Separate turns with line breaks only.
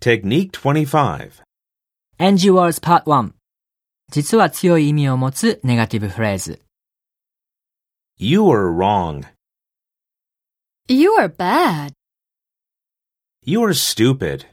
Technique 25.
NGWords Part 1実は強い意味を持つネガティブフレーズ
You are wrong.
You are bad.
You are stupid.